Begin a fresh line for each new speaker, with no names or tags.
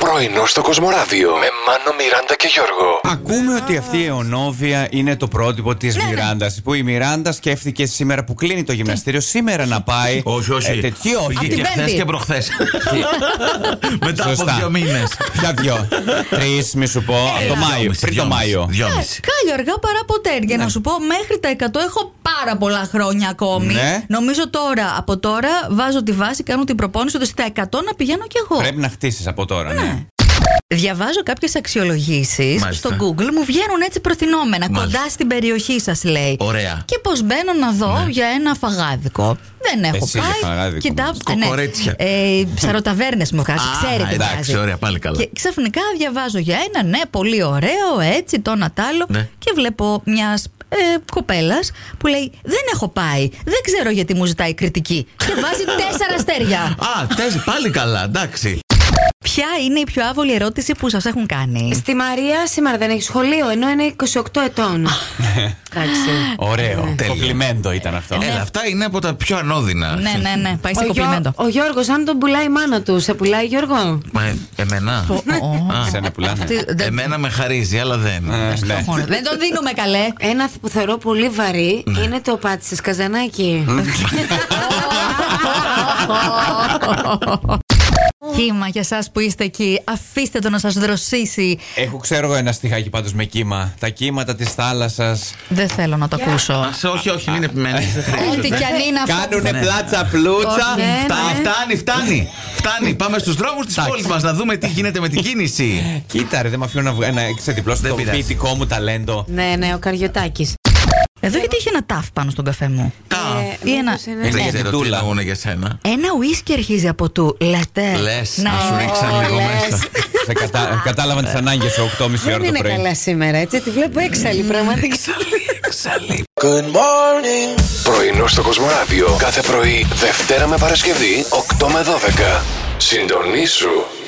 Πρωινό στο Κοσμοράδιο με Μάνο, Μιράντα και Γιώργο.
Ακούμε ότι αυτή η Εωνόβια είναι το πρότυπο της
Ναι, ναι.
Μιράντας. Που η Μιράντα σκέφτηκε σήμερα που κλείνει το γυμναστήριο, σήμερα να πάει.
Όχι, όχι.
Ε, τέτοιο, όχι.
την
Και χθες
Πέμπτη.
και προχθές. Μετά από
Σωστά.
δύο μήνες.
Ποια δυο. Τρεις, μη σου πω.
Ε,
από το Μάιο. Πριν το Μάιο.
Δυόμιση.
Κάλιο αργά παρά ποτέ. Για
Ναι.
να σου πω, μέχρι τα 100 έχω πάρα πολλά χρόνια ακόμη.
Ναι.
Νομίζω τώρα, από τώρα, βάζω τη βάση, κάνω την προπόνηση ότι στα 100 να πηγαίνω κι εγώ.
Πρέπει να χτίσεις από τώρα. Ναι.
Διαβάζω κάποιες αξιολογήσεις στο
Μάλιστα.
Google, μου βγαίνουν έτσι προθυνόμενα.
Μάλιστα.
Κοντά στην περιοχή σας, λέει.
Ωραία. Ναι.
Και πώ μπαίνω να δω για ένα φαγάδικο. Δεν έχω
Εσύ για
πάει.
φαγάδικο
Κοιτά,
μας.
ε, ναι.
Κοκορέτσια.
Ε, ψαροταβέρνε μου βγάζει,
Α,
Ε, ξέρετε.
εντάξει,
βγάζει.
ωραία, πάλι καλά.
Και ξαφνικά διαβάζω για ένα, ναι, πολύ ωραίο, έτσι, το να τ' άλλο.
Ναι.
Και βλέπω μιας ε, κοπέλας που λέει Δεν έχω πάει. Δεν ξέρω γιατί μου ζητάει κριτική. Και βάζει τέσσερα αστέρια.
Α, τες, πάλι καλά, εντάξει.
Ποια είναι η πιο άβολη ερώτηση που σας έχουν κάνει.
Ε, Στη Μαρία σήμερα δεν έχει σχολείο, ενώ είναι 28 ετών. Εντάξει.
Ωραίο.
Τέλεια.
Κομπλιμέντο ήταν αυτό.
Έλα, αυτά είναι από τα πιο ανώδυνα.
Ναι, ναι, ναι. Πάει σε
Ο,
κοπλιμέντο.
Γιώ, ο Γιώργος, αν τον πουλάει η μάνα του, σε πουλάει Γιώργο.
Μα, ε, εμένα.
Α, Σένα πουλάνε.
Αυτή δεν-
Εμένα Ε, με χαρίζει, αλλά δεν.
Ε, ναι.
Μόνο. Δεν τον δίνουμε καλέ.
Ένα που θεωρώ πολύ βαρύ είναι το πάτησε καζανάκι.
Κύμα για εσάς που είστε εκεί. Αφήστε το να σας δροσίσει.
Έχω ξέρω εγώ ένα στιχάκι πάντως με κύμα. Τα κύματα της θάλασσας
Δεν θέλω να το ακούσω.
Ας, όχι, όχι, μην επιμένεις. δεν χρειάζεται.
Ό,τι κι ε. αν είναι αυτό.
Ναι.
κάνουνε πλάτσα πλούτσα.
Ναι, ναι.
Φτα- Φτάνει, φτάνει. Φτάνει. Πάμε στους δρόμους της πόλης μας να δούμε τι γίνεται με την κίνηση.
Κοίτα, ρε, δεν με αφήνω να βγα- να ξεδιπλώσω
Δεν
το
πειράζει.
ποιητικό μου ταλέντο.
ναι, ναι, ο Καριωτάκης.
Εδώ γιατί είχε ένα τάφ πάνω στον καφέ μου.
Τα.
Ε, μήπως
ένα-
είναι-
Δεν
ναι.
ξέρω τι
Ζητούλα.
εννοούν για σένα.
Ένα ουίσκι αρχίζει από του. Λατέ.
Λε,
Ναι.
να σου ρίξαν λίγο
λες.
μέσα.
Σε κατα... κατάλαβαν
Ε.
τις ανάγκες σου 8.30
Δεν
ώρα το
είναι
πρωί.
καλά σήμερα, έτσι. Τη βλέπω έξαλλη πραγματικά.
Πρωινό στο Κοσμοράδιο κάθε πρωί, Δευτέρα με Παρασκευή, 8 με 12. Συντονίσου